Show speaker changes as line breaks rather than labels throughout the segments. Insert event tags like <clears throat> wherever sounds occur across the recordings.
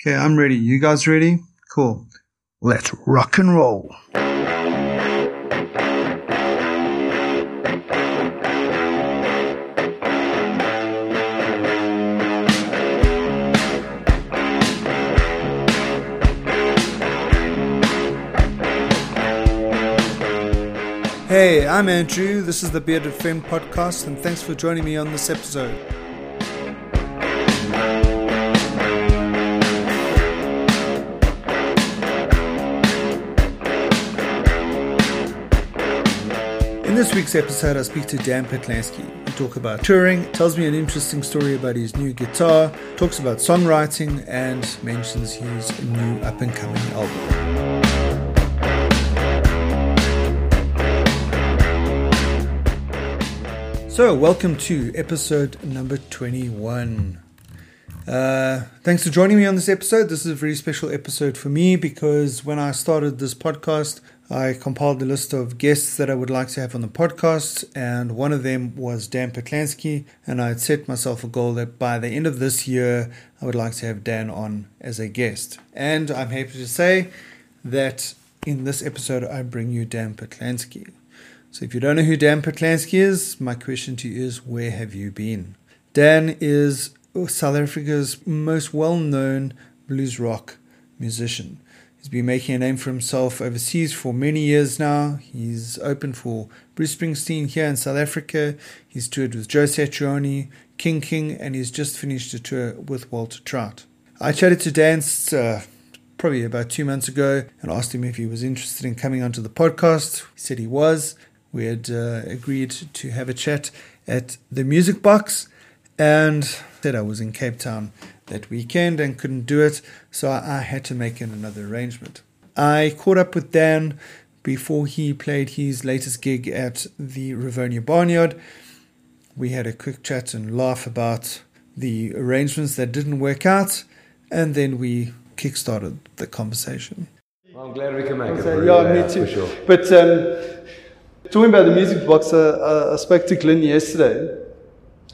Okay, I'm ready. You guys ready? Cool.
Let's rock and roll.
Hey, I'm Andrew. This is the Bearded Friend podcast, and thanks for joining me on this episode. In this week's episode, I speak to Dan Petlansky. We talk about touring, tells me an interesting story about his new guitar, talks about songwriting, and mentions his new up and coming album. So, welcome to episode number 21. Uh, thanks for joining me on this episode. This is a very special episode for me because when I started this podcast, I compiled a list of guests that I would like to have on the podcast, and one of them was Dan Petlansky. And I had set myself a goal that by the end of this year, I would like to have Dan on as a guest. And I'm happy to say that in this episode, I bring you Dan Petlansky. So if you don't know who Dan Petlansky is, my question to you is where have you been? Dan is South Africa's most well known blues rock musician. He's been making a name for himself overseas for many years now. He's opened for Bruce Springsteen here in South Africa. He's toured with Joe Satriani, King King, and he's just finished a tour with Walter Trout. I chatted to Dan uh, probably about two months ago and asked him if he was interested in coming onto the podcast. He said he was. We had uh, agreed to have a chat at the Music Box and said I was in Cape Town that weekend and couldn't do it, so I, I had to make an, another arrangement. I caught up with Dan before he played his latest gig at the Rivonia Barnyard. We had a quick chat and laugh about the arrangements that didn't work out, and then we kickstarted the conversation.
Well, I'm glad we can make it.
So, yeah, me too.
For sure.
But um, talking about the music box, uh, I, I spoke to Glenn yesterday,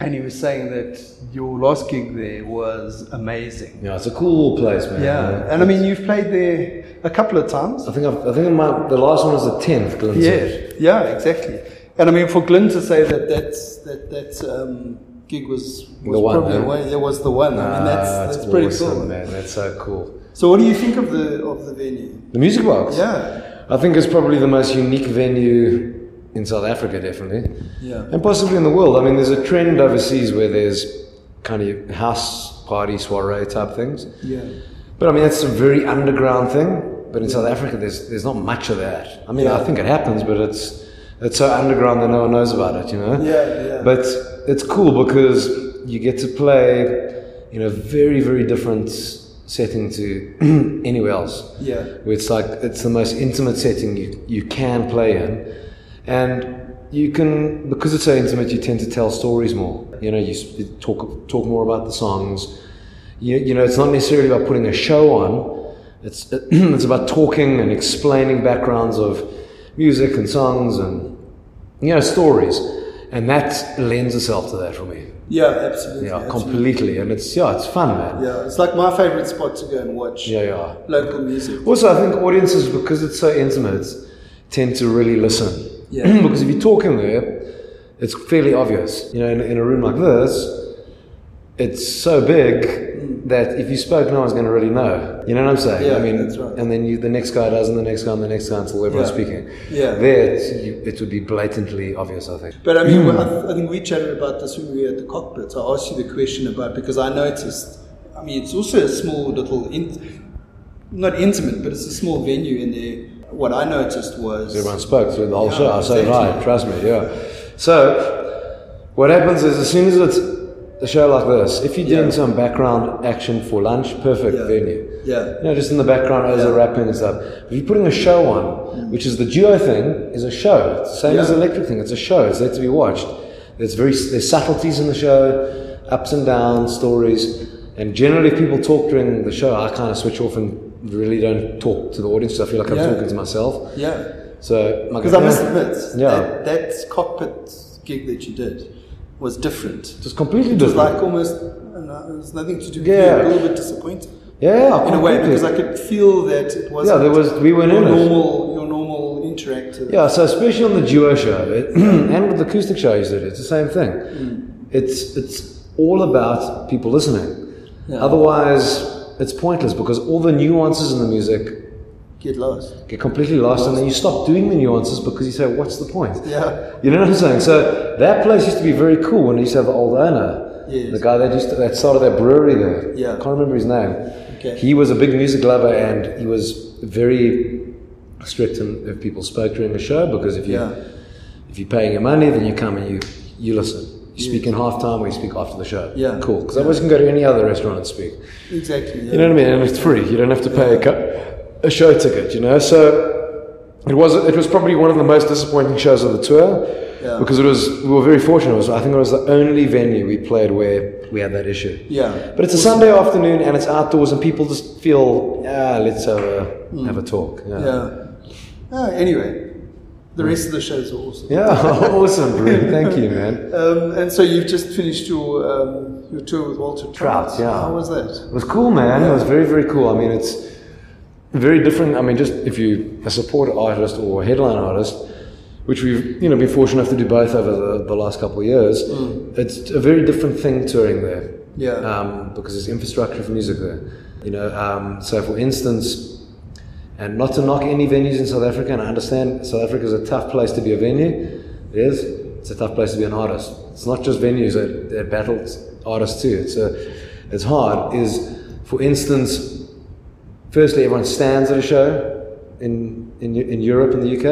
and he was saying that your last gig there was amazing.
Yeah, it's a cool place, man.
Yeah, and I mean you've played there a couple of times.
I think I've, I think my, the last one was the tenth.
Yeah, yeah, exactly. And I mean for Glenn to say that that's, that that um, gig was, was
one,
probably
eh?
the way, it was the one. I mean that's that's pretty
Ah, awesome,
cool.
man. That's so cool.
So what do you think of the of the venue?
The music box.
Yeah,
I think it's probably the most unique venue in South Africa, definitely,
yeah,
and possibly in the world. I mean, there's a trend overseas where there's kind of house party soiree type things,
yeah.
but I mean that's a very underground thing. But in South Africa, there's there's not much of that. I mean, I think it happens, but it's it's so underground that no one knows about it. You know.
Yeah, yeah.
But it's cool because you get to play in a very, very different setting to <clears throat> anywhere else.
Yeah.
Where it's like it's the most intimate setting you, you can play in. And you can because it's so intimate you tend to tell stories more. You know, you s- you talk talk more about the songs. You, you know, it's not necessarily about putting a show on. It's <clears throat> it's about talking and explaining backgrounds of music and songs and you know, stories. And that lends itself to that for me.
Yeah, absolutely.
Yeah,
absolutely.
completely. And it's, yeah, it's fun, man.
Yeah, it's like my favorite spot to go and watch
Yeah, yeah.
local music.
Also, I think audiences, because it's so intimate, tend to really listen.
Yeah.
<clears throat> because if you're talking there, it's fairly obvious. You know, in, in a room like this, it's so big that if you spoke, no one's going to really know. You know what I'm saying?
Hmm. Yeah,
I mean,
that's right.
and then you, the next guy does, and the next guy, and the next guy, until everyone's
Yeah.
speaking.
Yeah.
There, it's, you, it would be blatantly obvious, I think.
But I mean, well, I, th- I think we chatted about this when we were at the cockpit. I asked you the question about because I noticed. I mean, it's also a small little, in, not intimate, but it's a small venue in there. What I noticed was
Everyone spoke through the whole
Yeah,
show. I said,
exactly.
right, trust me, yeah. So, what happens is as soon as it's a show like this, if you're doing some background action for lunch, perfect
Yeah.
venue.
Yeah.
You know, just in the background as they're rapping and stuff. If you're putting a show on, which is the duo thing, is a show. It's the same as the
Mm. Yeah.
electric thing. It's a show. It's there to be watched. There's very there's subtleties in the show, ups and downs, stories, and generally if people talk during the show, I kind of switch off and really don't talk to the audience. I feel like I'm
Yeah.
talking to myself.
yeah,
So,
because I must admit,
Yeah.
that, that cockpit gig that you did was different.
It's completely
It was
different.
like almost, I don't know, uh, it was nothing to do. with
Yeah.
you, a little bit disappointing.
Yeah,
in a way, because
completely.
I could feel that it was
Yeah, there was- we weren't
your
in it.
normal your normal interactive.
Yeah, so especially on the duo show it, <clears throat> and with the acoustic shows, that it's the same thing.
Hmm.
It's it's all about people listening.
Yeah.
Otherwise, it's pointless because all the nuances in the music
Get lost.
get completely lost, and then you stop doing the nuances because you say, "What's the point?"
Yeah.
You know what I'm saying? So that place used to be very cool when I used to have the old owner.
Yes.
The guy that used to, that started that brewery there.
Yeah.
I can't remember his name.
Okay.
He was a big music lover and he was very strict in if people spoke during the show because if you
Yeah.
if you're paying your money then you come and you you listen. You speak in half time or you speak after the show.
Yeah.
Cool. Because otherwise you can go to any other restaurant and speak.
Exactly. Yeah.
You know what I mean? And it's free. You don't have to pay a, cu- a show ticket. You know, so it was it was probably one of the most disappointing shows of the tour
Yeah.
because it was we were very fortunate. It was, I think it was the only venue we played where we had that issue.
Yeah.
But it's a Sunday afternoon and it's outdoors and people just feel ah let's have a have a talk. Yeah.
Yeah. Ah, anyway, the rest of the shows are awesome.
Yeah, <laughs> awesome, Bruce. Thank you, man.
Um, and so you've just finished your um, your tour with Walter Trout.
Trout, yeah.
How was that?
It was cool, man. It was very, very cool. I mean, it's very different. I mean, just if you a support artist or a headline artist, which we've you know been fortunate enough to do both over the, the last couple of years, it's a very different thing touring there.
Yeah.
Um, because there's infrastructure for music there. You know, um, so for instance, and not to knock any venues in South Africa, and I understand South Africa is a tough place to be a venue. It is. It's a tough place to be an artist. It's not just venues that, that battle artists too. It's a, it's hard. Is for instance, firstly, everyone stands at a show in, in, Eu- in Europe and the UK.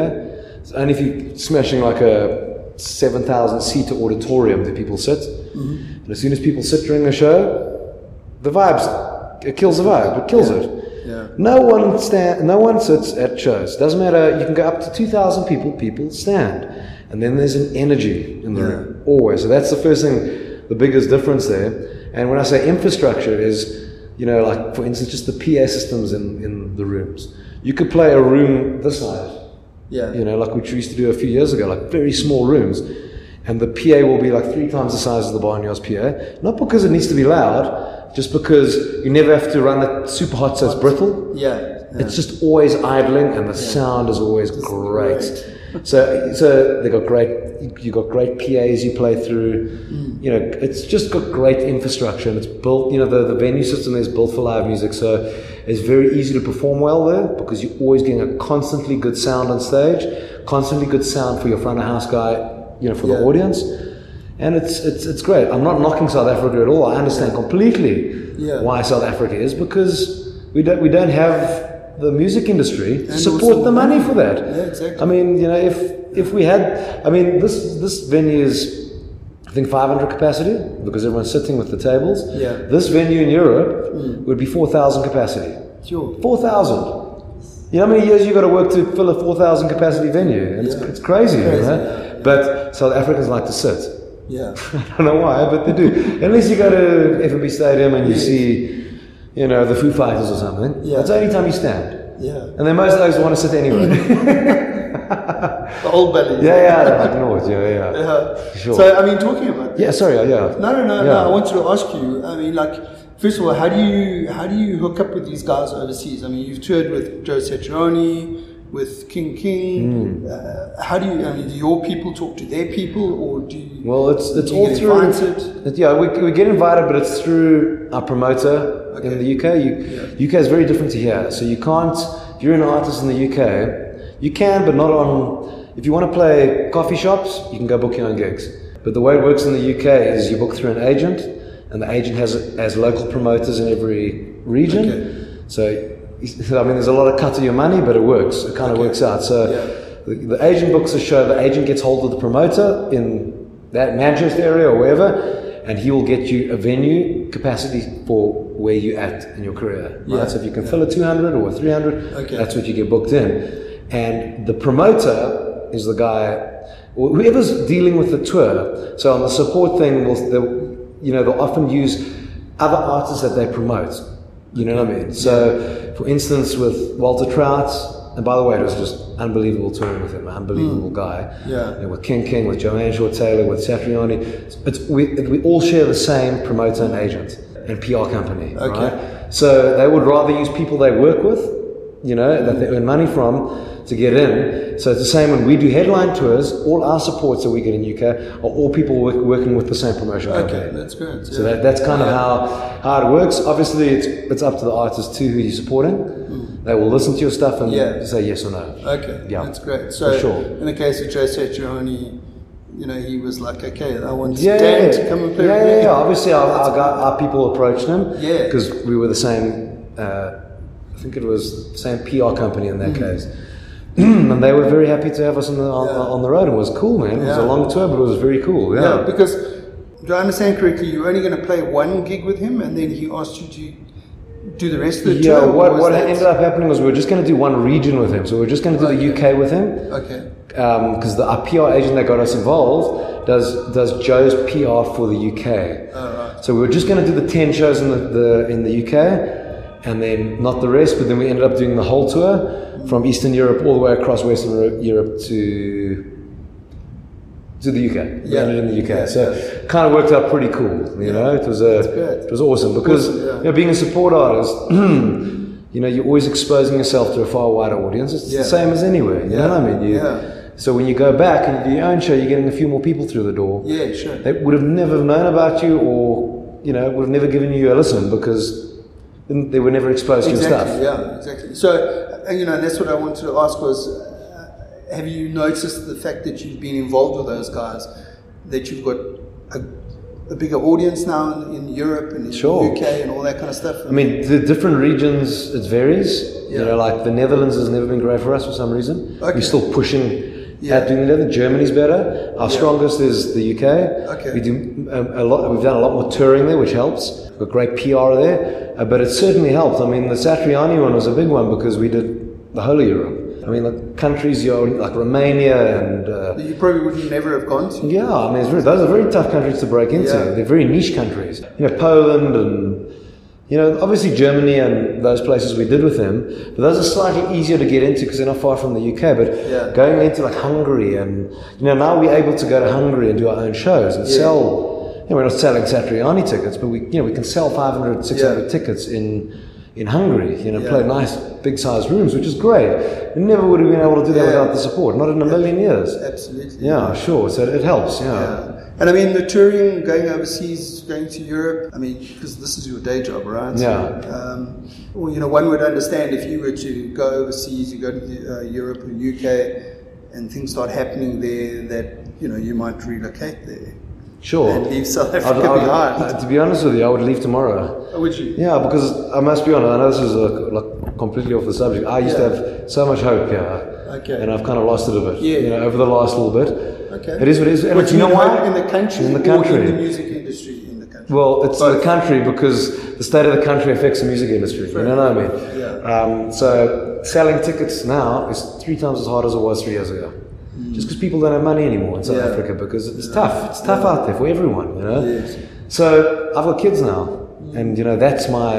It's only if you're smashing like a 7,000 seater auditorium that people sit. And as soon as people sit during a show, the vibes, it kills the vibe, it kills it.
Yeah.
No one stand, no one sits at shows. Doesn't matter. You can go up to two thousand people. People stand, and then there's an energy in the
Yeah.
room always. So that's the first thing, the biggest difference there. And when I say infrastructure, is you know like for instance, just the PA systems in in the rooms. You could play a room this size,
Yeah.
you know, like which we used to do a few years ago, like very small rooms. And the PA will be like three times the size of the barnyard's PA. Not because it needs to be loud, just because you never have to run it super hot so it's brittle.
Yeah. yeah.
It's just always idling, and the sound is always great. So, so they got great. You got great PAs you play through. You know, it's just got great infrastructure, and it's built. You know, the, the venue system is built for live music, so it's very easy to perform well there because you're always getting a constantly good sound on stage, constantly good sound for your front of house guy. You know, for the
Yeah.
audience. And it's, it's, it's great. I'm not knocking South Africa at all. I understand completely
Yeah.
why South Africa is because we don't, we don't have the music industry to
And
support
also-
the money for that.
Yeah, exactly.
I mean, you know, if, if we had, I mean, this, this venue is, I think, 500 capacity because everyone's sitting with the tables.
Yeah. Hmm.
This venue in Europe would be 4,000 capacity.
sure.
4,000. You know how many years you got to work to fill a 4,000 capacity venue? And it's,
Yeah.
it's crazy,
Crazy,
you know?
yeah.
But South Africans like to sit.
Yeah.
<laughs> I don't know why, but they do. Unless you go to FNB Stadium and you see, you know, the Foo Fighters or something.
Yeah.
That's the only time you stand.
Yeah.
And then most of those want to sit
<laughs>
anyway.
The
<laughs>
old
yeah,
belly.
yeah, I know it. Yeah, yeah.
Yeah.
Sure.
So I mean, talking about
Yeah, sorry, yeah.
No, no, no,
yeah.
no. I wanted to ask you. I mean, like, first of all, how do you how do you hook up with these guys overseas? I mean, you've toured with Joe Satriani, with King King.
Hmm.
Uh, how do you? I mean, do your people talk to their people, or do you?
Well, it's it's
do you
all
get
through.
invited?
it- yeah, we, we get invited, but it's through our promoter in the UK. You, UK is very different to here, so you can't. If you're an artist in the UK, you can, but not on. If you want to play coffee shops, you can go book your own gigs. But the way it works in the UK is you book through an agent, and the agent has has local promoters in every region.
Okay.
So, <laughs> I mean, there's a lot of cut to your money, but it works. It kind of works out. So,
Yeah.
the, the agent books a show. The agent gets hold of the promoter in that Manchester area or wherever, and he will get you a venue capacity for where you're at in your career. Right.
Yeah.
So, if you can fill a 200 or a 300,
Okay.
that's what you get booked in. And the promoter is the guy, or whoever's dealing with the tour. So on the support thing, will they'll, you know, they'll often use other artists that they promote. You know what I mean? So, for instance, with Walter Trout, and by the way, it was just unbelievable touring with him, an unbelievable guy.
Yeah.
You know, with King King, with Joanne Shaw Taylor, with Satriani. It's, we, we all share the same promoter and agent. and PR company.
Okay.
Right? So they would rather use people they work with, you know, that they earn money from to get in. So it's the same when we do headline tours, all our supports that we get in UK are all people work, working with the same promotion company.
Okay, that's good.
So that, that's kind of how, how it works. Obviously, it's, it's up to the artist too who you're supporting. They will listen to your stuff and
Mm. Yeah.
say yes or no.
Okay,
Yeah.
that's great. So,
sure.
in the case of Joe Satriani, you know, he was like, okay, I want
Yeah,
Dan
yeah,
to come and play
yeah,
with
yeah,
me.
yeah. Obviously, our, our, guy, our people approached him
Yeah.
because we were the same. Uh, I think it was the same PR company in that
Hmm.
case, <clears throat> and they were very happy to have us on the on,
Yeah.
on the road. It was cool, man. It was a
Yeah.
long tour, but it was very cool. Yeah.
No, because do I understand correctly? You're only going to play one gig with him, and then he asked you to do the rest of the
Yeah,
tour. or
what,
was
what
that-
ended up happening was we were just going to do one region with him. So we were just going to do the UK with him.
Okay,
because the our PR agent that got us involved does does Joe's PR for the
Oh.
UK. So we were just going to do the ten shows in the, the in the UK, and then not the rest. But then we ended up doing the whole tour from Eastern Europe all the way across Western Euro- Europe to to the UK. We
Yeah.
ended in the UK. So kind of worked out pretty cool. You know, it was
good.
a it was awesome because
Awesome, yeah.
you know, being a support artist. <clears throat> You know, you're always exposing yourself to a far wider audience. It's
Yeah.
the same as anywhere. You know what I mean? You,
Yeah.
so when you go back and you do your own show, you're getting a few more people through the door.
yeah, sure.
They would have never known about you, or you know, would have never given you a listen because they were never exposed to your
Exactly.
stuff.
Yeah, exactly. So, uh, you know, that's what I wanted to ask was, uh, have you noticed the fact that you've been involved with those guys, that you've got a, a bigger audience now in, in Europe and in
Sure.
the UK and all that kind of stuff?
I mean, the different regions it varies.
Yeah.
You know, like the Netherlands has never been great for us for some reason.
Okay.
We're still pushing.
Yeah.
Yeah. At doing the other. Germany's better. Our strongest is the UK.
Okay.
We do um, a, a lot. We've done a lot more touring there, which helps. We've got great PR there, uh, but it certainly helped. I mean, the Satriani one was a big one because we did the whole of Europe. I mean, like countries you're like Romania and. Uh,
that you probably would never have gone to.
yeah, I mean, it's very, those are very tough countries to break into.
Yeah.
They're very niche countries. You know, Poland and, you know, obviously Germany and those places we did with them, but those are slightly easier to get into because they're not far from the UK. But
Yeah.
going into like Hungary and, you know, now we're able to go to Hungary and do our own shows and sell, you know, we're not selling Satriani tickets, but we, you know, we can sell 500, 600
Yeah.
tickets in. In Hungary, you know,
Yeah.
play nice big sized rooms, which is great. We never would have been able to do that
Yeah.
without the support, not in a million years.
Absolutely.
Yeah, sure. So it helps. Yeah.
Yeah. Uh, And I mean, the touring, going overseas, going to Europe, I mean, because this is your day job, right?
Yeah.
Um, well, you know, one would understand if you were to go overseas, you go to the, uh, Europe or UK, and things start happening there that, you know, you might relocate there.
Sure.
And leave South
I'd-
Africa
I'd-
behind.
uh, to be honest with you, I would leave tomorrow.
Oh, would you?
Yeah, because I must be honest. I know this is like, like completely off the subject. I used
Yeah.
to have so much hope here,
Okay.
and I've kind of lost it a bit.
Yeah.
You know, over the last little bit.
Okay.
It is what it is. And
But
it's-
you know
why?
what? In the country,
In the
Or
country.
in the music industry in the country.
Well, it's the country because the state of the country affects the music industry. You know what I mean?
Yeah.
Um, so selling tickets now is three times as hard as it was three years ago. Just because people don't have money anymore in South
Mm. Yeah.
Africa because it's tough. It's tough out there for everyone, you know?
Yes.
So I've got kids now, and you know that's my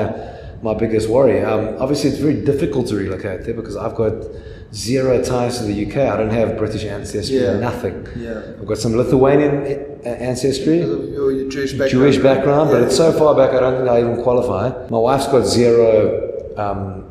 my biggest worry. Um, obviously, it's very difficult to relocate there because I've got zero ties to the UK. I don't have British ancestry,
Yeah.
nothing.
Yeah.
I've got some Lithuanian a- ancestry.
Because of your, your Jewish background.
Jewish background, but
Yeah.
it's so far back I don't think I even qualify. My wife's got zero um,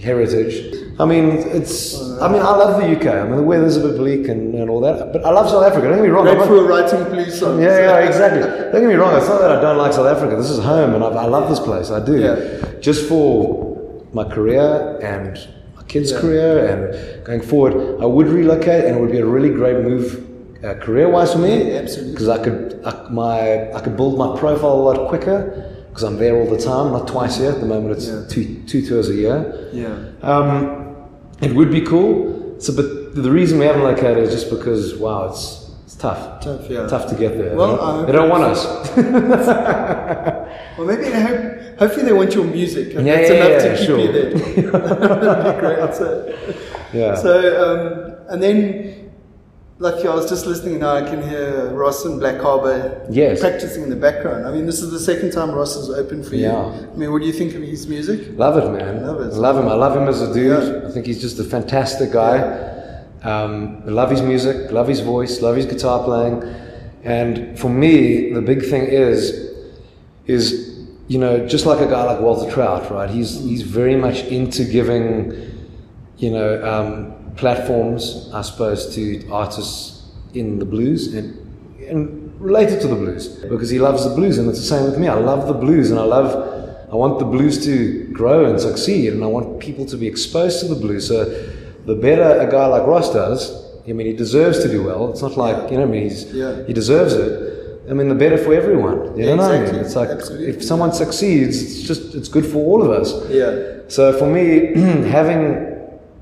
heritage. I mean, it's. I mean, I love the UK. I mean, the weather's a bit bleak and, and all that, but I love South Africa. Don't get me wrong. I'm
Great
not-
for writing blues songs.
yeah, yeah, exactly. Don't get me wrong. It's not that I don't like South Africa. This is home, and I, I love this place. I do.
Yeah.
Just for my career and my kids' career and going forward, I would relocate, and it would be a really great move. Uh, career-wise for me,
Yeah, absolutely.
because I could I, my I could build my profile a lot quicker because I'm there all the time, not twice a year. At the moment, it's
Yeah.
two two tours a year.
<laughs> Yeah.
Um, it would be cool. So, but the reason we haven't located is just because wow, it's it's tough.
Tough, yeah.
Tough to get there.
Well,
they don't, they
I-
don't want us.
Well, maybe they hope, hopefully they want your music. and
Yeah,
That's
yeah,
enough
yeah,
to keep
sure.
you
<laughs>
there. That'd be great. <laughs> So,
Yeah.
so um, and then, like I was just listening now, I can hear Ross and Black Harbour
Yes.
practicing in the background. I mean, this is the second time Ross has opened for
Yeah.
you. I mean, what do you think of his music?
love it, man.
Love it.
I love him. I love him as a dude.
Yeah.
I think he's just a fantastic guy. Um, I love his music. Love his voice. Love his guitar playing. And for me, the big thing is, is you know, just like a guy like Walter Trout, right? He's he's very much into giving, you know, um, platforms, I suppose, to artists in the blues and and related to the blues because he loves the blues, and it's the same with me. I love the blues, and I love. I want the blues to grow and succeed, and I want people to be exposed to the blues. So, the better a guy like Ross does, I mean, he deserves to do well. It's not like you know, I mean, he's
Yeah.
he deserves it. I mean, the better for everyone. You
Yeah,
know what I mean?
exactly.
It's like
Absolutely.
if someone succeeds, it's just it's good for all of us.
Yeah.
So for me, <clears throat> having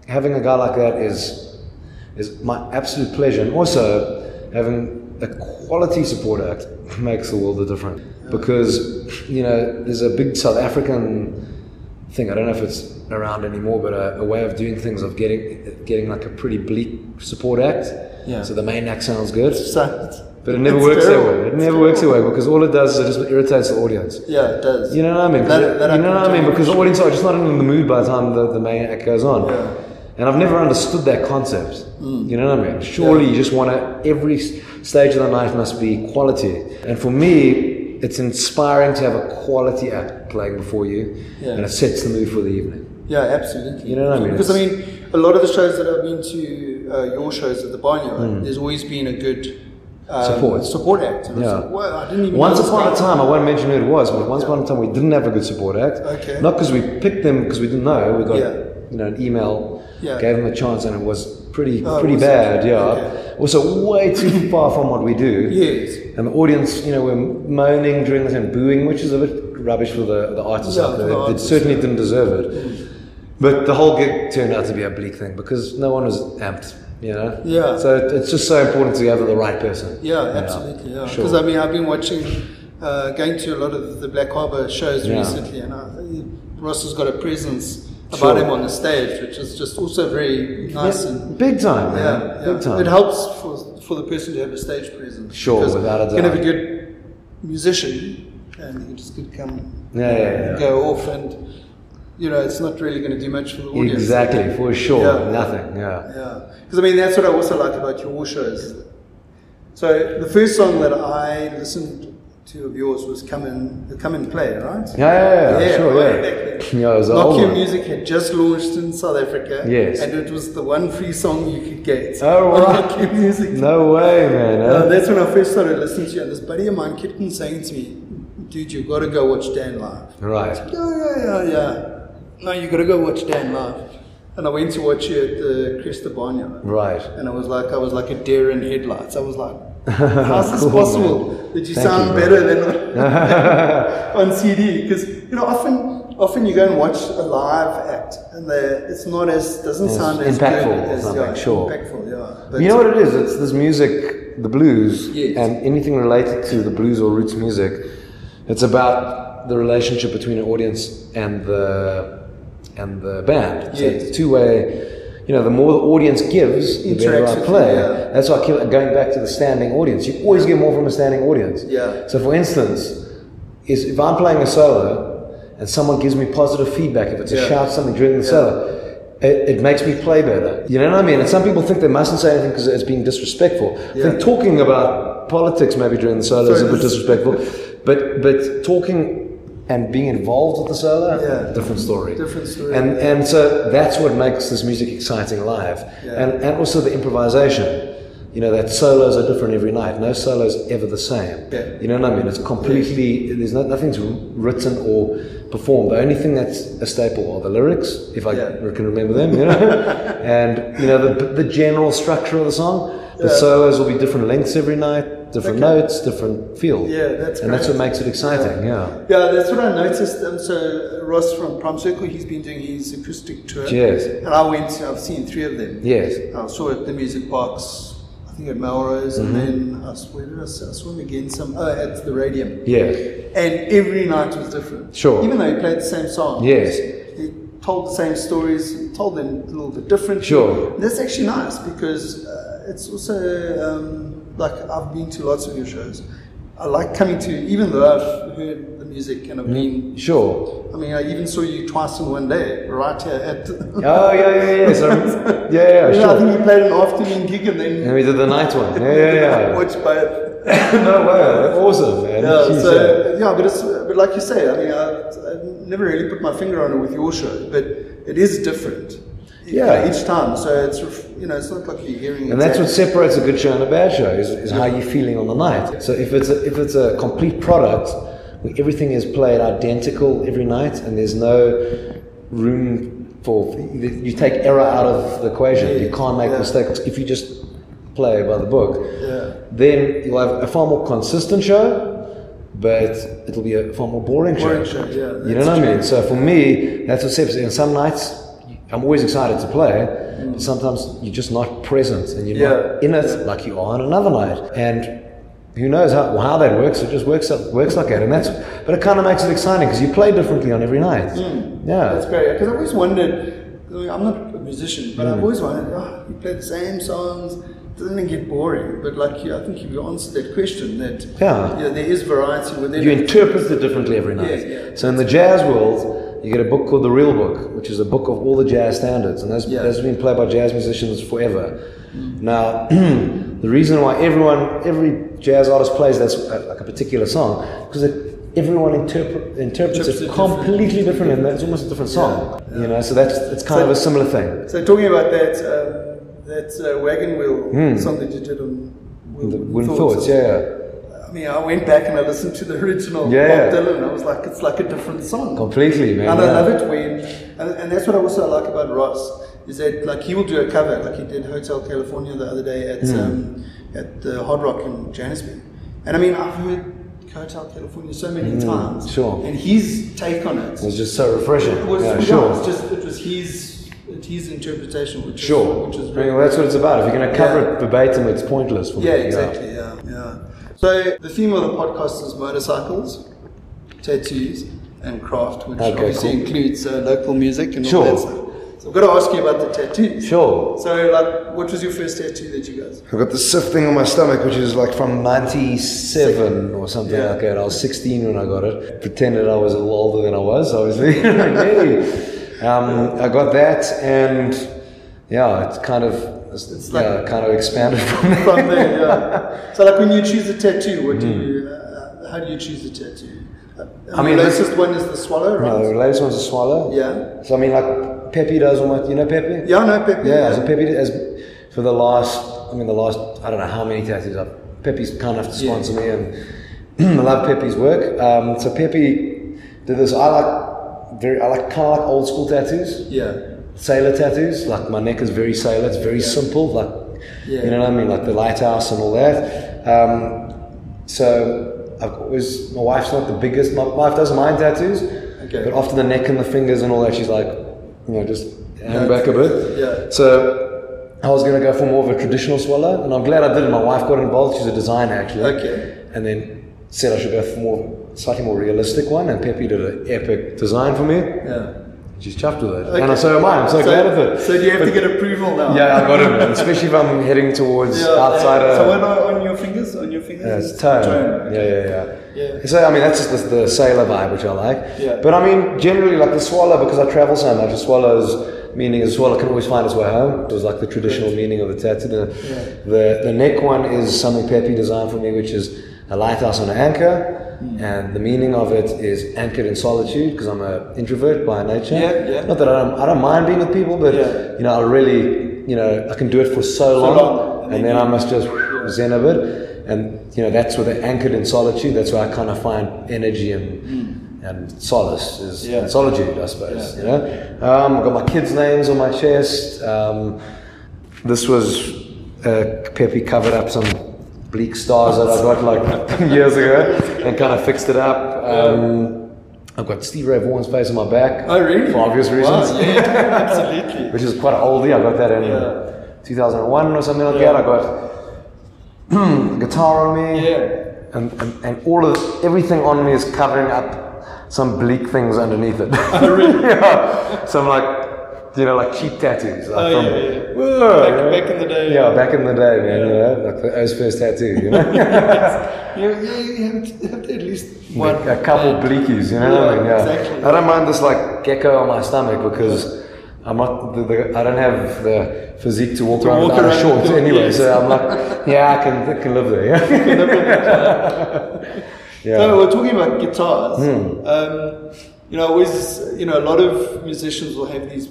having a guy like that is is my absolute pleasure, and also having a quality support act <laughs> makes the world a difference because you know there's a big South African thing. I don't know if it's around anymore, but a, a way of doing things of getting getting like a pretty bleak support act.
Yeah.
So the main act sounds good,
So,
but it never
It's
works
terrible.
that way. It
It's
never works that way because all it does is it just irritates the audience.
yeah, it does.
You know what I mean?
That- that
you know
I
what I
can
mean?
do.
Because the audience are just not in the mood by the time the, the main act goes on.
Yeah. Mm.
And I've never understood that concept. You know what I mean? Surely you just want to, every s- stage of the night must be quality. And for me, it's inspiring to have a quality act playing before you,
Yeah.
and it sets the mood for the evening.
Yeah, absolutely.
You know what I mean?
Because I mean, a lot of the shows that I've been to, uh, your shows at the Barnyard, there's always been a good um,
Hmm. Support.
support act. And it's
Yeah.
like, "Whoa, I didn't even
Once
know this
upon a
guy."
time, I won't mention who it was, but once upon a time we didn't have a good support act.
Okay.
Not because we picked them because we didn't know. We got
Yeah.
you know an email,
Yeah.
gave them a chance, and it was pretty
Oh,
pretty
was it?
bad. Yeah.
Okay.
Also, way too far from what we do.
Yes.
And the audience, you know, were moaning during the time, booing, which is a bit rubbish for the, the artists
Yeah,
out
for
there.
the
They- They
artists,
certainly didn't deserve it. But the whole gig turned out to be a bleak thing because no one was amped, you know?
Yeah.
So it- it's just so important to have the right person.
Yeah,
you know?
absolutely. Yeah,
Sure.
because I mean, I've been watching, uh, going to a lot of the Black Harbour shows
Yeah.
recently, and I, Ross has got a presence
Sure.
about him on the stage, which is just also very nice
Yeah,
and.
big time, man.
Yeah,
big
yeah.
time.
it helps for, for the person to have a stage presence.
Sure,
because
without a
You can have a
doubt.
good musician, and you just could come
Yeah, yeah, yeah.
go off, and you know it's not really going to do much for the audience.
Exactly, for sure.
Yeah.
Nothing. Yeah.
Yeah, because I mean that's what I also like about your shows. So the first song that I listened to of yours was "Come and Come and Play," right?
Yeah, yeah, yeah, sure,
way
yeah.
back then.
Yeah, <laughs> it was an
Knock
old
Your
one.
Music had just launched in South Africa.
Yes.
and it was the one free song you could get.
Oh,
on
right.
Knock Your Music.
No way, man.
Uh,
huh?
that's when I first started listening to you, and this buddy of mine kept on saying to me, "Dude, you've got to go watch Dan live."
Right.
Yeah, yeah, yeah, yeah. No, you gotta go watch Dan live. And I went to watch you at the Cresta Barnyard.
Right.
And I was like, I was like a deer in headlights. I was
<laughs>
like, how's this
Cool,
possible?
man.
Did you
Thank
sound
you, bro.
better than
<laughs>
<laughs> on, on CD? Because you know, often, often you go and watch a live act, and they- it's not as doesn't
It's
sound as
impactful
good
or
as
something,
yeah,
sure.
impactful, yeah.
You know what it is? It's this music, the blues,
Yes.
and anything related to the blues or roots music. It's about the relationship between an audience and the and the band. So
Yes.
it's two way. You know, the more the audience gives, the better I
Interacts with
play.
you, yeah.
That's why I keep going back to the standing audience. You always get more from a standing audience.
Yeah.
So, for instance, is if I'm playing a solo and someone gives me positive feedback, if it's
Yeah.
a shout something during the solo, it, it makes me play better. You know what I mean? And some people think they mustn't say anything because it's being disrespectful. I
Yeah.
think talking about politics maybe during the solo is a
Sorry,
bit
this is-
disrespectful, but but talking and being involved with the solo,
Yeah.
different story.
Different story,
And
yeah.
and so that's what makes this music exciting live,
Yeah.
and and also the improvisation. You know that solos are different every night. No solo is ever the same.
Yeah.
You know what I mean? It's completely there's no, nothing's written or performed. The only thing that's a staple are the lyrics, if I
Yeah.
can remember them. You
<laughs>
know, and you know the the general structure of the song. The
Yeah.
solos will be different lengths every night, different
Okay.
notes, different feel.
Yeah, that's
and that's what
great.
makes it exciting. Yeah.
Yeah, that's what I noticed. Um, so Ross from Prime Circle, he's been doing his acoustic tour.
Yes.
And I went. I've seen three of them.
Yes.
I saw at the music box. I think at Melrose, and
Mm-hmm.
then I s- where did I, s- I saw him again? Some oh, at the Radium.
Yeah.
And every night was different.
Sure.
Even though he played the same song.
Yes.
He told the same stories. He told them a little bit different.
Sure.
And that's actually nice because uh, it's also um, like I've been to lots of your shows. I like coming to, even though I've heard the music and I've
Mm-hmm.
been
Sure.
<laughs> I mean, I even saw you twice in one day, right here at.
Oh yeah, yeah, yeah.
<laughs>
So, yeah, yeah,
You know, <laughs>
sure.
I think you played an afternoon gig and then <laughs>
And we did the night one. Yeah, yeah, yeah.
watched both.
no way. That's awesome, man.
Yeah,
Jeez,
so
yeah.
yeah, but it's but like you say, I mean, I, I've never really put my finger on it with your show, but it is different. you know,
Yeah.
each time. So it's ref- you know, it's not like you're hearing.
And that's what
exactly-
separates a good show and a bad show is, is how you're feeling on the night. So if it's a, if it's a complete product where everything is played identical every night and there's no room for you take error out of the equation. you can't make
yeah.
mistakes if you just play by the book.
Yeah.
Then you'll have a far more consistent show, but it'll be a far more boring,
Boring show, yeah,
you know what I
that's true.
mean? So for me, that's what separates. And some nights I'm always excited to play, but sometimes you're just not present and you're not
Yeah.
in it like you are on another night. And who knows how, how that works? It just works out, works like that, and that's. But it kind of makes it exciting because you play differently on every night. Yeah,
Mm. That's great because I've always wondered. I mean, I'm not a musician, but
Mm.
I've always wondered. Oh, you play the same songs. Doesn't it get boring? But like, you, I think you've answered that question. That
Yeah.
you know, there is variety within.
you
it.
interpret it differently every night.
Yeah, yeah.
So in the jazz world, you get a book called The Real Book, which is a book of all the jazz standards, and those,
Yeah. Mm.
those have been played by jazz musicians forever. Now, <clears throat> the reason why everyone, every jazz artist plays that's uh, like a particular song, because it, everyone interpre- interprets,
Interprets
it
it
completely differently, and it's almost a different song. You know, so that's it's kind of a similar thing.
So talking about that um, that uh, wagon wheel song that you did on Wheel-
The Mm. Win
Thoughts.
thoughts, yeah, yeah.
I mean, I went back and I listened to the original
Yeah,
Bob
yeah.
Dylan. I was like, it's like a different song.
completely, man.
And I
yeah.
love it when, and, and that's what I also like about Ross is that like he will do a cover, like he did Hotel California the other day at
Hmm.
um, at the Hard Rock in Johannesburg. And I mean, I've heard Hotel California so many times,
Hmm, sure.
And his take on it
It's just so refreshing.
it was,
yeah,
yeah,
sure.
it's just it was his it's his interpretation, which
Sure.
is, which is
I
very
mean, well, that's what it's about. If you're going to cover
Yeah.
it verbatim, it's pointless. For
yeah,
me,
exactly, yeah, yeah. So the theme of the podcast is motorcycles, tattoos, and craft, which
Okay,
obviously
cool.
includes uh, local music and
Sure.
all that stuff. So I've got to ask you about the tattoos.
Sure.
So, like, what was your first tattoo that you guys?
I've got the sift thing on my stomach, which is like from
97 or something
Yeah.
like that. I was 16 when I got it. Pretended I was a little older than I was, <laughs> obviously. Really. um, I got that, and yeah, it's kind of it's
like-
yeah, kind of expanded <laughs> from there.
From there, yeah. So, like, when you choose a tattoo, what do you? Uh, how do you choose a tattoo? Uh,
Hmm. I mean,
the
this-
latest one is the swallow,
No,
right?
the latest one's a swallow.
Yeah.
So I mean, like Peppy does almost. You know Peppy?
Yeah, no, Pepe.
Yeah, so Pepe has for the last I mean the last I don't know how many tattoos I've Pepe's kind enough to sponsor me and <clears throat> I love Pepe's work. Um, so Pepe did this I like very I like kinda like old school tattoos.
yeah.
Sailor tattoos, like my neck is very sailor, it's very simple, like
Yeah.
you know what I mean, like the lighthouse and all that. Um, so I've always my wife's not the biggest my wife doesn't mind tattoos.
Okay.
But after the neck and the fingers and all that, she's like, you know, just hang
No,
back a bit.
yeah.
So I was going to go for more of a traditional swallow, and I'm glad I did. it. My wife got involved; she's a designer actually.
Okay.
And then said I should go for more, slightly more realistic one, and Peppy did an epic design for me.
Yeah.
She's chuffed with it,
Okay.
and so am I. I'm so, glad of it.
So do you have to get approval now?
Yeah, I got it, especially if I'm heading towards
Yeah,
outside
yeah.
of.
So when I, on your fingers, on your fingers.
Yeah, it's
is
tone.
tone.
Yeah, yeah, yeah,
Yeah.
So I mean, that's just the, the sailor vibe, which I like.
Yeah.
But I mean, generally, like the swallow, because I travel so much. The swallow's meaning is swallow can always find its way home. It was like the traditional meaning of the tattoo. The, the the neck one is something Pepe designed for me, which is a lighthouse on an anchor,
Hmm.
and the meaning of it is anchored in solitude because I'm an introvert by nature.
Yeah, yeah.
Not that I don't, I don't mind being with people, but
Yeah.
you know, I really, you know, I can do it for so, long,
long,
and then I must just zen a bit. And you know, that's where they're anchored in solitude. That's where I kind of find energy and and solace is
Hmm. Yeah.
in solitude, I suppose. You know, um, I've got my kids' names on my chest. Um, this was uh, Pepe covered up some bleak stars that I got like <laughs> years ago and kind of fixed it up. Um, I've got Steve Ray Vaughan's face on my back.
Oh, really?
For obvious
Wow,
reasons
yeah, yeah, absolutely.
<laughs> which is quite an oldie. I got that in
Yeah.
2001 or something like
Yeah.
that. I got a <clears throat> guitar on me,
Yeah.
and, and, and all of everything on me is covering up some bleak things underneath it. <laughs>
Oh,
yeah. Some like you know like cheap tattoos. Like
Oh,
from,
yeah, yeah.
Whoa,
Back-
you know?
back in the day.
Yeah, back in the day, man. You know, like the O's first tattoo. You know.
You, you, you have, to, have to at least one.
a couple bleakies, you know what I mean?
Yeah,
Yeah.
exactly.
I don't mind this like gecko on my stomach because I'm not. The, the, I don't have the physique to walk
To
around
walk
without
around
a short
without-
anyway.
yes.
So I'm like,
<laughs>
yeah, I can, I can live there. Yeah. <laughs> yeah. Hmm.
So we're talking about guitars. Um, you know, always, you know, a lot of musicians will have these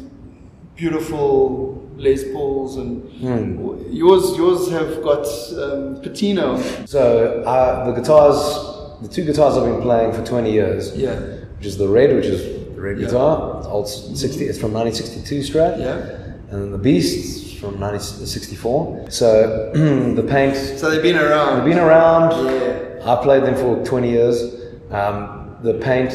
beautiful Les Pauls, and
Hmm.
yours, yours have got um, patina.
So uh, the guitars, the two guitars I've been playing for 20 years,
Yeah.
which is the red, which is the red
Yeah.
guitar, it's old s- 60, it's from 1962 Strat,
Yeah.
and then the Beast is from 1964. So <clears throat> the paint,
So they've been around.
they've been around.
Yeah.
I played them for 20 years. Um, the paint,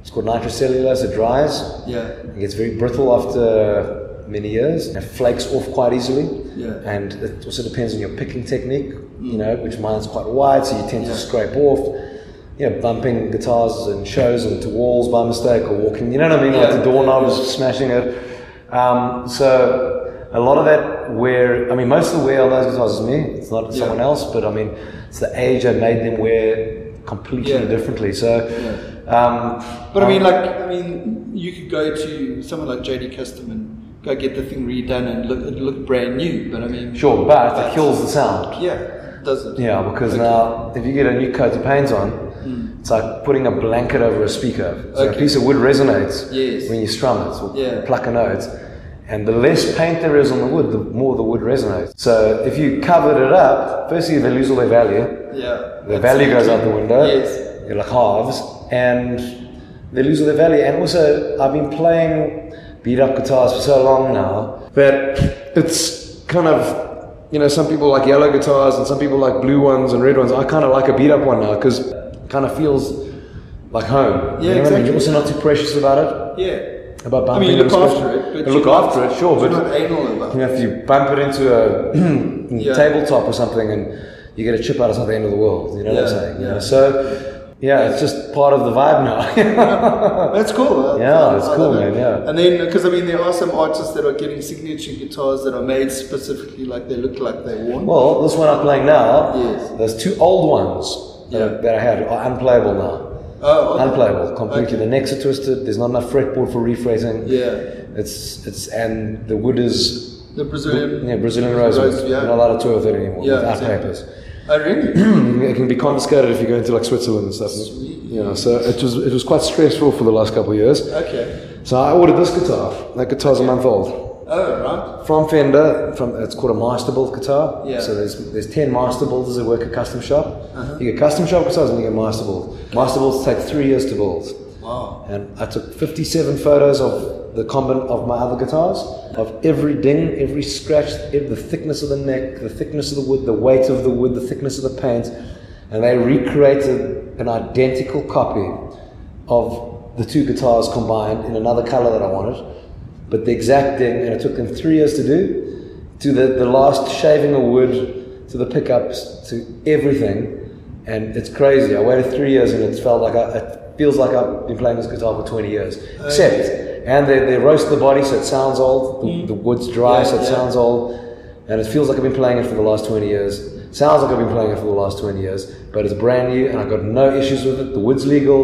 it's called nitrocellulose, it dries.
Yeah.
It gets very brittle after many years. It flakes off quite easily.
Yeah. Mm.
And it also depends on your picking technique, you know, which mine's quite wide, so you tend to
Yeah.
scrape off. You know, bumping guitars and shows into walls by mistake or walking, you know what I mean? Like
Yeah.
the doorknob is smashing it. Um, so a lot of that wear, I mean, most of the wear on those guitars is me. It's not
Yeah.
someone else, but I mean, it's the age I made them wear completely
Yeah.
differently. So, um,
But I mean, like, I mean, you could go to someone like JD Custom and go get the thing redone and look, it look brand new. But I mean,
sure, but it kills the sound.
Yeah, it doesn't.
Yeah, because
Okay.
now if you get a new coat of paint on, it's like putting a blanket over a speaker. So
Hmm. Okay.
a piece of wood resonates
Yes.
when you strum it or
Yeah.
pluck a note. And the less paint there is on the wood, the more the wood resonates. So if you covered it up, firstly they lose all their value.
Yeah.
The value goes out the window.
Yes.
You're like halves, and they lose all their value. And also, I've been playing beat up guitars for so long now that it's kind of you know some people like yellow guitars and some people like blue ones and red ones. I kind of like a beat up one now because it kind of feels like home.
Yeah,
you know what I mean?
exactly.
You're also not too precious about it.
Yeah.
About
I
bumping
mean, you look
and stuff.
after it. But
You look
you're
after
not-
it, sure,
You're
but
not anal about
you
it.
know, if you bump it into a <clears throat>
Yeah.
tabletop or something and you get a chip out, it's not the end of the world. You know what
Yeah,
I'm saying? You
yeah.
know, So, yeah, it's just part of the vibe now. <laughs>
That's cool. I-
Yeah,
I-
it's
I
cool,
love
man,
it.
yeah.
And then, because I mean, there are some artists that are getting signature guitars that are made specifically like they look like they worn.
well, this one I'm playing now,
Yes.
there's two old ones that,
Yeah.
I, that I had are unplayable now.
oh, okay.
Unplayable completely.
Okay.
The necks are twisted. There's not enough fretboard for rephrasing.
Yeah.
It's it's and the wood is
The Brazilian.
yeah, Brazilian rosewood.
Rose,
You're not allowed to tour with it anymore
Yeah,
without
exactly.
papers.
Oh, really?
<clears throat> it can be confiscated if you go into like Switzerland and stuff. Yeah, so it was it was quite stressful for the last couple of years.
okay.
So I ordered this guitar. That guitar's a month old
Oh, right.
from Fender. From it's called a master build guitar.
Yeah.
So there's there's ten master builders that work at custom shop. You get custom shop guitars and you get master build. Master builds take three years to build.
Wow.
And I took 57 photos of the combi of my other guitars, of every ding, every scratch, ev- the thickness of the neck, the thickness of the wood, the weight of the wood, the thickness of the paint, and they recreated an identical copy of the two guitars combined in another color that I wanted, but the exact ding, and it took them three years to do, to the, the last shaving of wood, to the pickups, to everything. And it's crazy. I waited three years, and it felt like I, it feels like I've been playing this guitar for 20 years.
Oh,
Except, and they, they roast the body, so it sounds old. The, the wood's dry,
Mm. Yeah,
so it
yeah.
sounds old. And it feels like I've been playing it for the last 20 years. Sounds like I've been playing it for the last 20 years, but it's brand new, and I've got no issues with it. The wood's legal.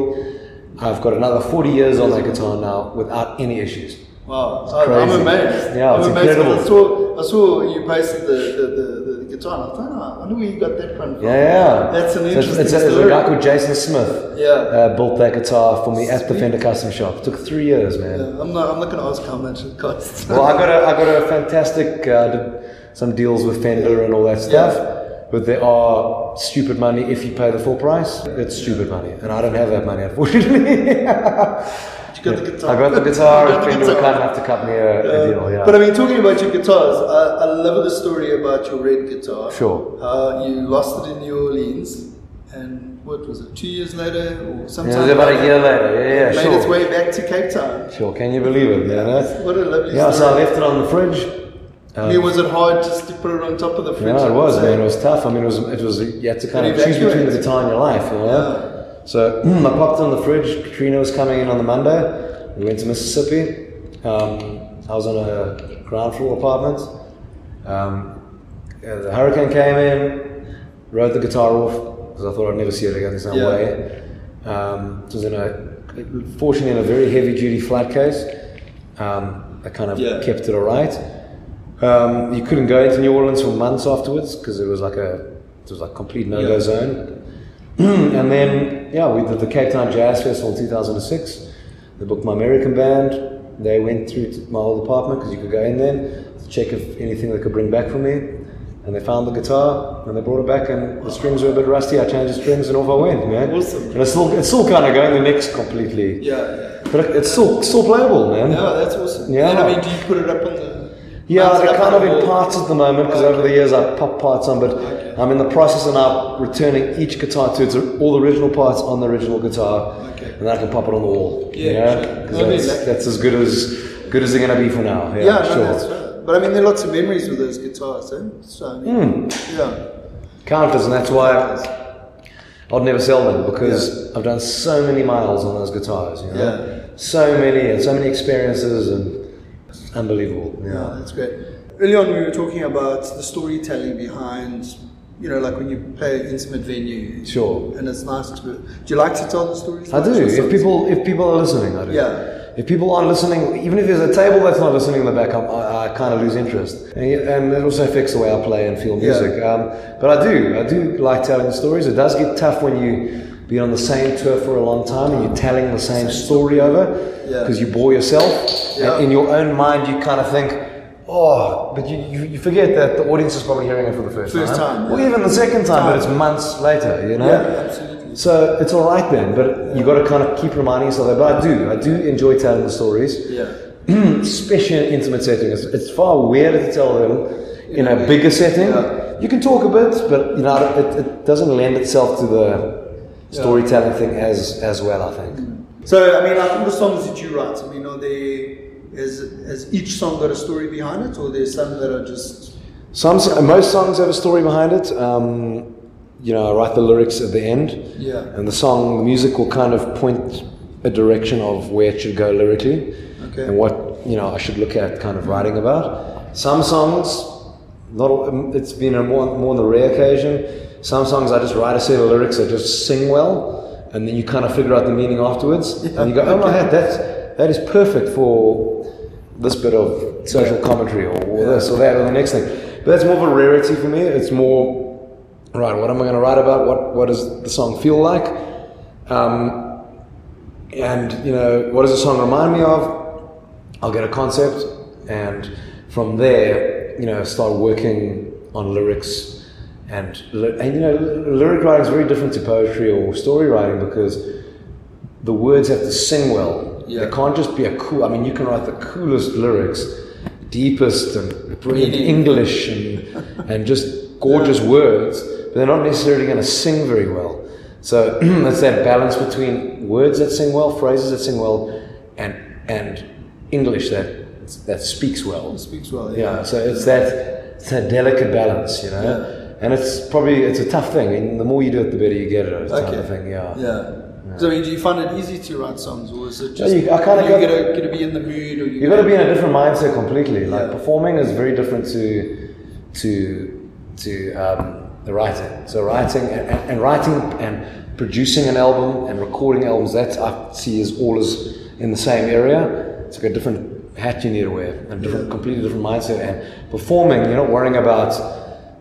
I've got another 40 years on that guitar now without any issues.
Wow. I, I'm
crazy.
amazed.
Yeah,
I'm
it's
amazed 'cause
incredible.
I saw, I saw you posted the, the, the, the guitar, and I thought, oh, I wonder where you got that one from.
Yeah, yeah.
That's an
So it's-
interesting
it's, a, it's a
story.
guy called Jason Smith.
Yeah.
Uh, built that guitar for me at the Fender Custom Shop. took three years, man.
Yeah, I'm not, I'm not going to ask how much it costs. <laughs>
Well, I got a, I got a fantastic, uh, did some deals with Fender and all that stuff, but there are stupid money if you pay the full price. It's stupid money, and I don't have that money, <laughs> unfortunately.
you got the guitar.
I got the guitar,
You got
and Fender
the
were
guitar. Uh,
kind enough to cut me a, a deal, yeah.
But I mean, talking about your guitars, I, I love the story about your red guitar.
Sure.
How you lost it in New Orleans, and what was it, two years later or something?
yeah, it was about a year later, yeah, yeah,
Made its
sure.
way back to Cape Town.
Sure, can you believe it, man? eh?
What a lovely
Yeah, so I
story.
left it on the fridge.
I mean, was it hard just to put it on top of the fridge?
Um, Yeah, it was,
So-
man. It was tough. I mean, it was, it was you had to kind
Can
of
you
choose between
evacuate?
the guitar and your life, you know? So <clears throat> I popped it on the fridge. Katrina was coming in on the Monday. We went to Mississippi. Um, I was on a ground floor apartment. Um, uh, the hurricane came in, rode the guitar off because I thought I'd never see it again. There's no
Yeah.
way. Um, it was in a, fortunately, in a very heavy duty flight case. Um, I kind of
Yeah.
kept it all right. Um, you couldn't go into New Orleans for months afterwards because it was like a it was like complete no go
Yeah.
zone. <clears throat> and then yeah, we did the Cape Town Jazz Festival in 2006. They booked my American band. They went through to my old apartment because you could go in there to check if anything they could bring back for me. And they found the guitar and they brought it back and the strings were a bit rusty. I changed the strings and off I went, man.
Awesome.
And it's still it's still kind of going the next completely.
Yeah, yeah.
But it's still still playable, man.
No, that's awesome.
Yeah.
And I mean, do you put it up on the?
Yeah,
mount it
they're
up
kind
on
of
the
in
wall?
parts at the moment because over the years I've popped parts on, but I'm in the process of now returning each guitar to its all the original parts on the original guitar,
Okay.
and then I can pop it on the wall.
Yeah, sure.
'Cause
That'd be
that's,
lovely.
that's as good as good as they're gonna be for now. Yeah,
Yeah, no,
sure.
that's right. But I mean, there are lots of memories with those guitars, eh? So I mean,
Hmm.
yeah,
Counters, and that's why I'd never sell them because I've done so many miles on those guitars. You know?
Yeah.
so many and so many experiences, and it's unbelievable.
yeah, that's great. Early on, we were talking about the storytelling behind, you know, like when you play an intimate venue.
Sure.
And it's nice to. Do you like to tell the stories?
I do.
Like
If
yourself?
people if people are listening, I do.
Yeah.
If people aren't listening, even if there's a table that's not listening in the back, I'm, I, I kind of lose interest, and, y- and it also affects the way I play and feel music. Um, but I do, I do like telling stories. It does get tough when you be on the same tour for a long time and you're telling the same story over
Yeah.
because you bore yourself.
Yeah.
And in your own mind, you kind of think, oh, but you, you, you forget that the audience is probably hearing it for the first,
First time,
or
yeah.
even the second time, but it's months later. You know.
Yeah, absolutely.
So it's all right then, but you got to kind of keep reminding yourself that. But I do, I do enjoy telling the stories, Hmm,
Yeah.
especially in intimate settings. It's, it's far weirder to tell them in a bigger setting.
Yeah.
You can talk a bit, but you know it, it doesn't lend itself to the storytelling thing as as well. I think.
So I mean, like all the songs that you write, I mean, are they? Has, has each song got a story behind it, or there's some that are just
Some so- most songs have a story behind it. Um, you know, I write the lyrics at the end,
Yeah.
and the song, the music will kind of point a direction of where it should go lyrically,
Okay.
and what you know I should look at kind of writing about. Some songs, not all- um, it's been a more more on the rare occasion. Some songs I just write a set of lyrics, I just sing well, and then you kind of figure out the meaning afterwards, and you go, oh my god, that's that is perfect for this bit of social commentary or, or this or that or the next thing. But that's more of a rarity for me. It's more, right, what am I going to write about? What, what does the song feel like? Um, and, you know, what does the song remind me of? I'll get a concept and from there, you know, start working on lyrics. And, ly- and you know, ly- lyric writing is very different to poetry or story writing because the words have to sing well.
Yeah.
They can't just be a cool. I mean, you can write the coolest lyrics, deepest and brilliant
Meaning.
English and, and just gorgeous words, but they're not necessarily going to sing very well. So <clears throat> it's that balance between words that sing well, phrases that sing well, and and English that that speaks well.
speaks well?
Yeah, so it's that it's that delicate balance, you know. And it's probably it's a tough thing, and the more you do it, the better you get at it. Kind of thing, yeah.
Yeah. So I mean, do you find it easy to write songs, or is it just
you- I kinda
you
got-
gotta, gotta be in the mood, or you
You've got to be in a different mindset completely. Like
Yeah.
performing is very different to to to um, the writing. So writing and, and, and writing and producing an album and recording albums that I see is all is in the same area. It's like a different hat you need to wear and different, completely different mindset. And performing, you're not worrying about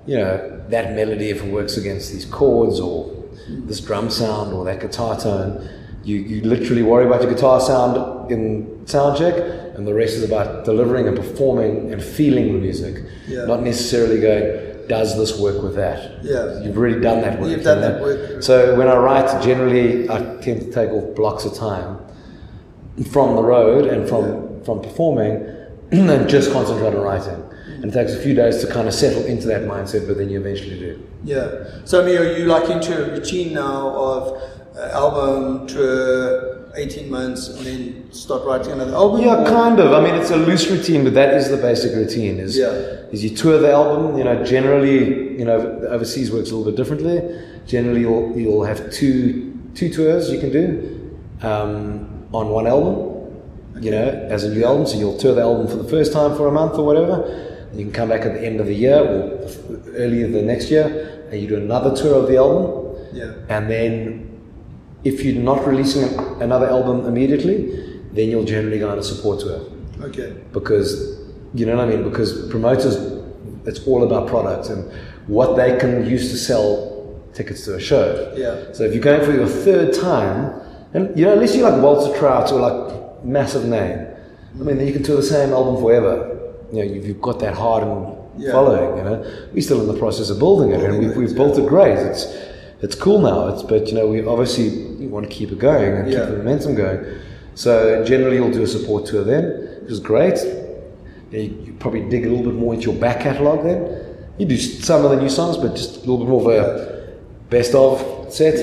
you know that melody if it works against these chords or this drum sound or that guitar tone. You, you literally worry about your guitar sound in sound check, and the rest is about delivering and performing and feeling the music,
Yeah.
not necessarily going, does this work with that?
Yeah.
You've already done that work.
You've
you
done
know?
that work.
So when I write, generally I tend to take off blocks of time from the road and from from performing <clears throat> and just concentrate on writing. And it takes a few days to kind of settle into that mindset, but then you eventually do.
Yeah. So I mean, are you like into a routine now of uh, album tour, eighteen months, and then start writing another album?
Yeah,
or-
kind of. I mean, it's a loose routine, but that is the basic routine. Is
Yeah.
is you tour the album. You know, generally, you know, the overseas works a little bit differently. Generally, you'll you'll have two two tours you can do um, on one album. You know, as a new album, so you'll tour the album for the first time for a month or whatever. You can come back at the end of the year or early the next year, and you do another tour of the album.
Yeah.
And then, if you're not releasing an- another album immediately, then you'll generally go on a support tour.
Okay.
because you know what I mean. Because promoters, it's all about product and what they can use to sell tickets to a show.
Yeah.
So if you're going for your third time, and you know, unless you're like Walter Trout or like massive name, I mean, you can tour the same album forever. You know, you've, you've got that hard and
Yeah.
following. You know, we're still in the process of building it, and we've, we've built it great. It's it's cool now. It's but you know, we obviously we want to keep it going and
Yeah.
keep the momentum going. So generally, you'll do a support tour then, which is great. You, know, you- you probably dig a little bit more into your back catalogue then. You do some of the new songs, but just a little bit more of a best of set.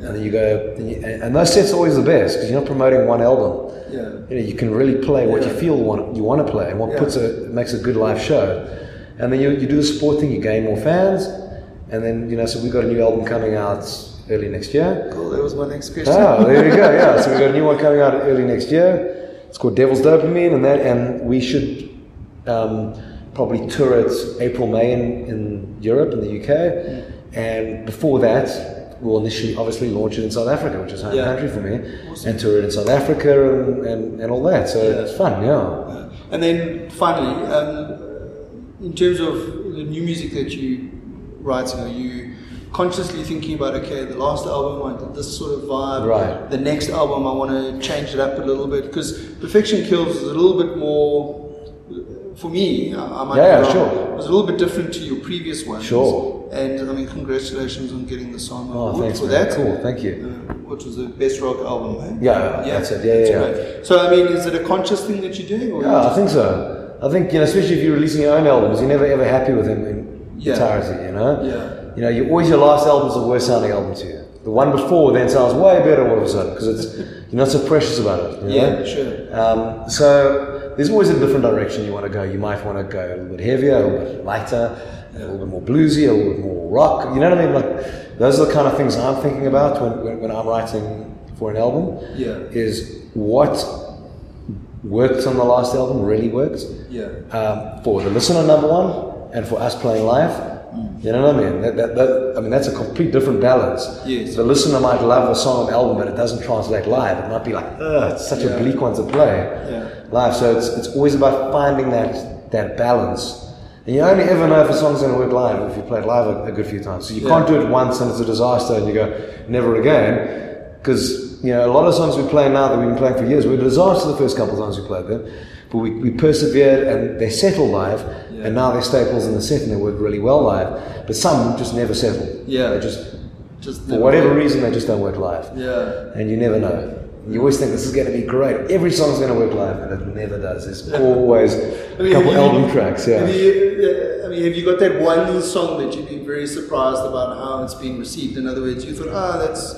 And then you go, and, you, and and those sets are always the best because you're not promoting one album.
Yeah.
You know, you can really play what you
Yeah.
feel want, you want to play, and what
Yeah.
puts a makes a good live show. And then you, you do the support thing, you gain more fans, and then you know. So we've got a new album coming out early next year.
Cool. That was my next question.
Ah, there we go. Yeah, so we've got a new one coming out early next year. It's called Devil's Dopamine, and that, and we should um, probably tour it April, May in, in Europe, in the UK,
Mm.
and before that, we'll initially obviously launch it in South Africa, which is home
Yeah.
country for me, and tour it in South Africa and, and, and all that. So
Yeah.
it's fun, yeah. Oh,
Uh, And then finally, um, in terms of the new music that you writing, are you consciously thinking about okay, the last album I did this sort of vibe,
Right.
the next album I want to change it up a little bit because Perfection Kills is a little bit more. For me, I, I might
Yeah, yeah,
be wrong,
sure.
It was a little bit different to your previous ones.
Sure.
And I mean, congratulations on getting the song
Oh,
award
thanks,
for
man.
that.
Cool, thank you.
Uh, which was the best rock album, eh?
Yeah, that's it. Yeah, yeah, yeah.
great. So I mean, is it a conscious thing that you're doing, or you
Yeah, I think so. I think you know, especially if you're releasing your own albums, you're never ever happy with them in
Yeah.
entirety. You know,
Yeah.
you know, you always your last album's the worst sounding album to you. The one before then sounds way better all of a sudden because it's you're not so precious about it. you
Yeah,
know?
sure.
Um, so there's always a different direction you want to go. You might want to go a little bit heavier, a little bit lighter, a little bit more bluesy, a little bit more rock. You know what I mean? Like those are the kind of things I'm thinking about when, when, when I'm writing for an album.
Yeah.
Is what worked on the last album really worked
Yeah.
um, for the listener number one and for us playing live you know what i mean that, that, that, i mean that's a complete different balance
Yes.
the listener might love a song on album but it doesn't translate live it might be like Ugh, it's such
Yeah.
a bleak one to play
Yeah.
live so it's, it's always about finding that that balance and you only ever know if a song's going to work live if you play it live a, a good few times so you
Yeah.
can't do it once and it's a disaster and you go never again because you know a lot of songs we play now that we've been playing for years were a disaster the first couple of times we played them but we, we persevered and they settled live and now they're staples in the set and they work really well live but some just never settle
Yeah.
they just
just
for whatever reason they just don't work live
Yeah,
and you never know. You always think this is going to be great. Every song's going to work live, and it never does. There's always a
<laughs>
couple album tracks.
Have
Yeah.
you, uh, I mean, have you got that one song that you've been very surprised about how it's been received? In other words, you thought, ah, that's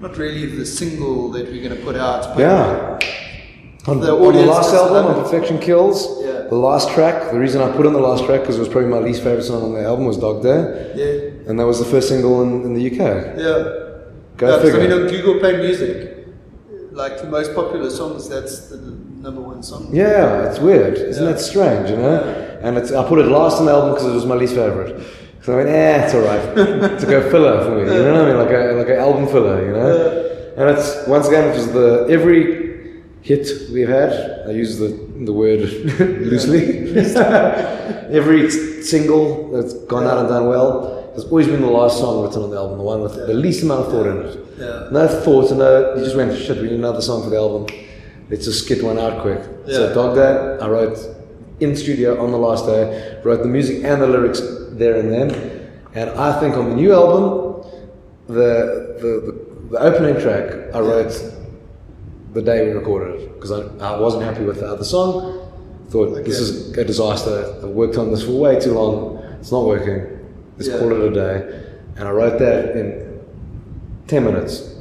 not really the single that we're going to put out. But
Yeah. On
The
the, on the
audience
last
doesn't
album,
love
on
it.
Perfection Kills,
Yeah.
the last track. The reason I put on the last track because it was probably my least favorite song on the album was Dog Day,
yeah,
and that was the first single in, in the UK.
yeah.
Go
Yeah, 'cause I
figure.
mean, on Google Play Music, like the most popular songs, that's the number one song.
Yeah, it's weird. Isn't
Yeah.
that strange, you know? And it's, I put it last on the album because it was my least favorite. So I went, eh, it's all right. it's like a filler for me, you know what I mean? Like a, like an album filler, you know? And it's, once again, it was the, every hit we've had, I use the, the word <laughs>
<laughs>
loosely, every s- single that's gone out and done well has always been the last song written on the album, the one with the least amount of thought in it.
Yeah.
No thought, no, you just went, shit, we need another song for the album. Let's just get one out quick.
Yeah.
So Dog Day, I wrote in studio on the last day, wrote the music and the lyrics there and then. And I think on the new album, the, the, the, the opening track, I wrote the day we recorded it because I, I wasn't happy with the other song. Thought this is a disaster. I've worked on this for way too long. It's not working. Let's
Yeah.
call it a day. And I wrote that in 10 minutes.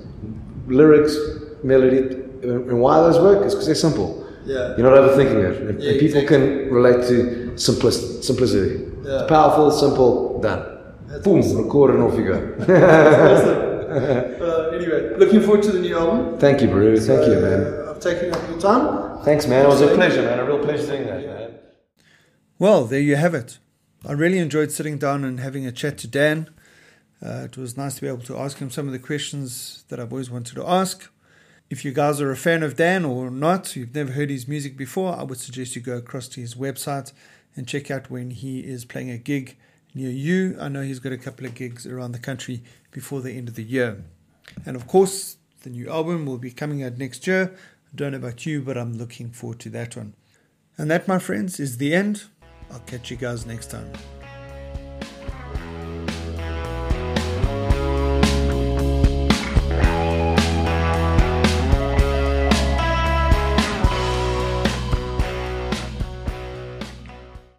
Lyrics, melody, uh, and why those work is because they're simple.
Yeah.
<laughs> You're not overthinking it. And,
Yeah,
and people
exactly.
can relate to simplicity. simplicity.
Yeah.
It's powerful, simple, done. Boom, record and off you go. <laughs>
Uh, anyway, looking forward to the new album.
Thank you, Baru. Thank you, man.
Uh, I've taken up your time.
Thanks, man. It was a pleasure, man. A real pleasure doing that, man.
Well, there you have it. I really enjoyed sitting down and having a chat to Dan. Uh, it was nice to be able to ask him some of the questions that I've always wanted to ask. If you guys are a fan of Dan or not, you've never heard his music before, I would suggest you go across to his website and check out when he is playing a gig near you. I know he's got a couple of gigs around the country before the end of the year. And of course, the new album will be coming out next year. I don't know about you, but I'm looking forward to that one. And that, my friends, is the end. I'll catch you guys next time.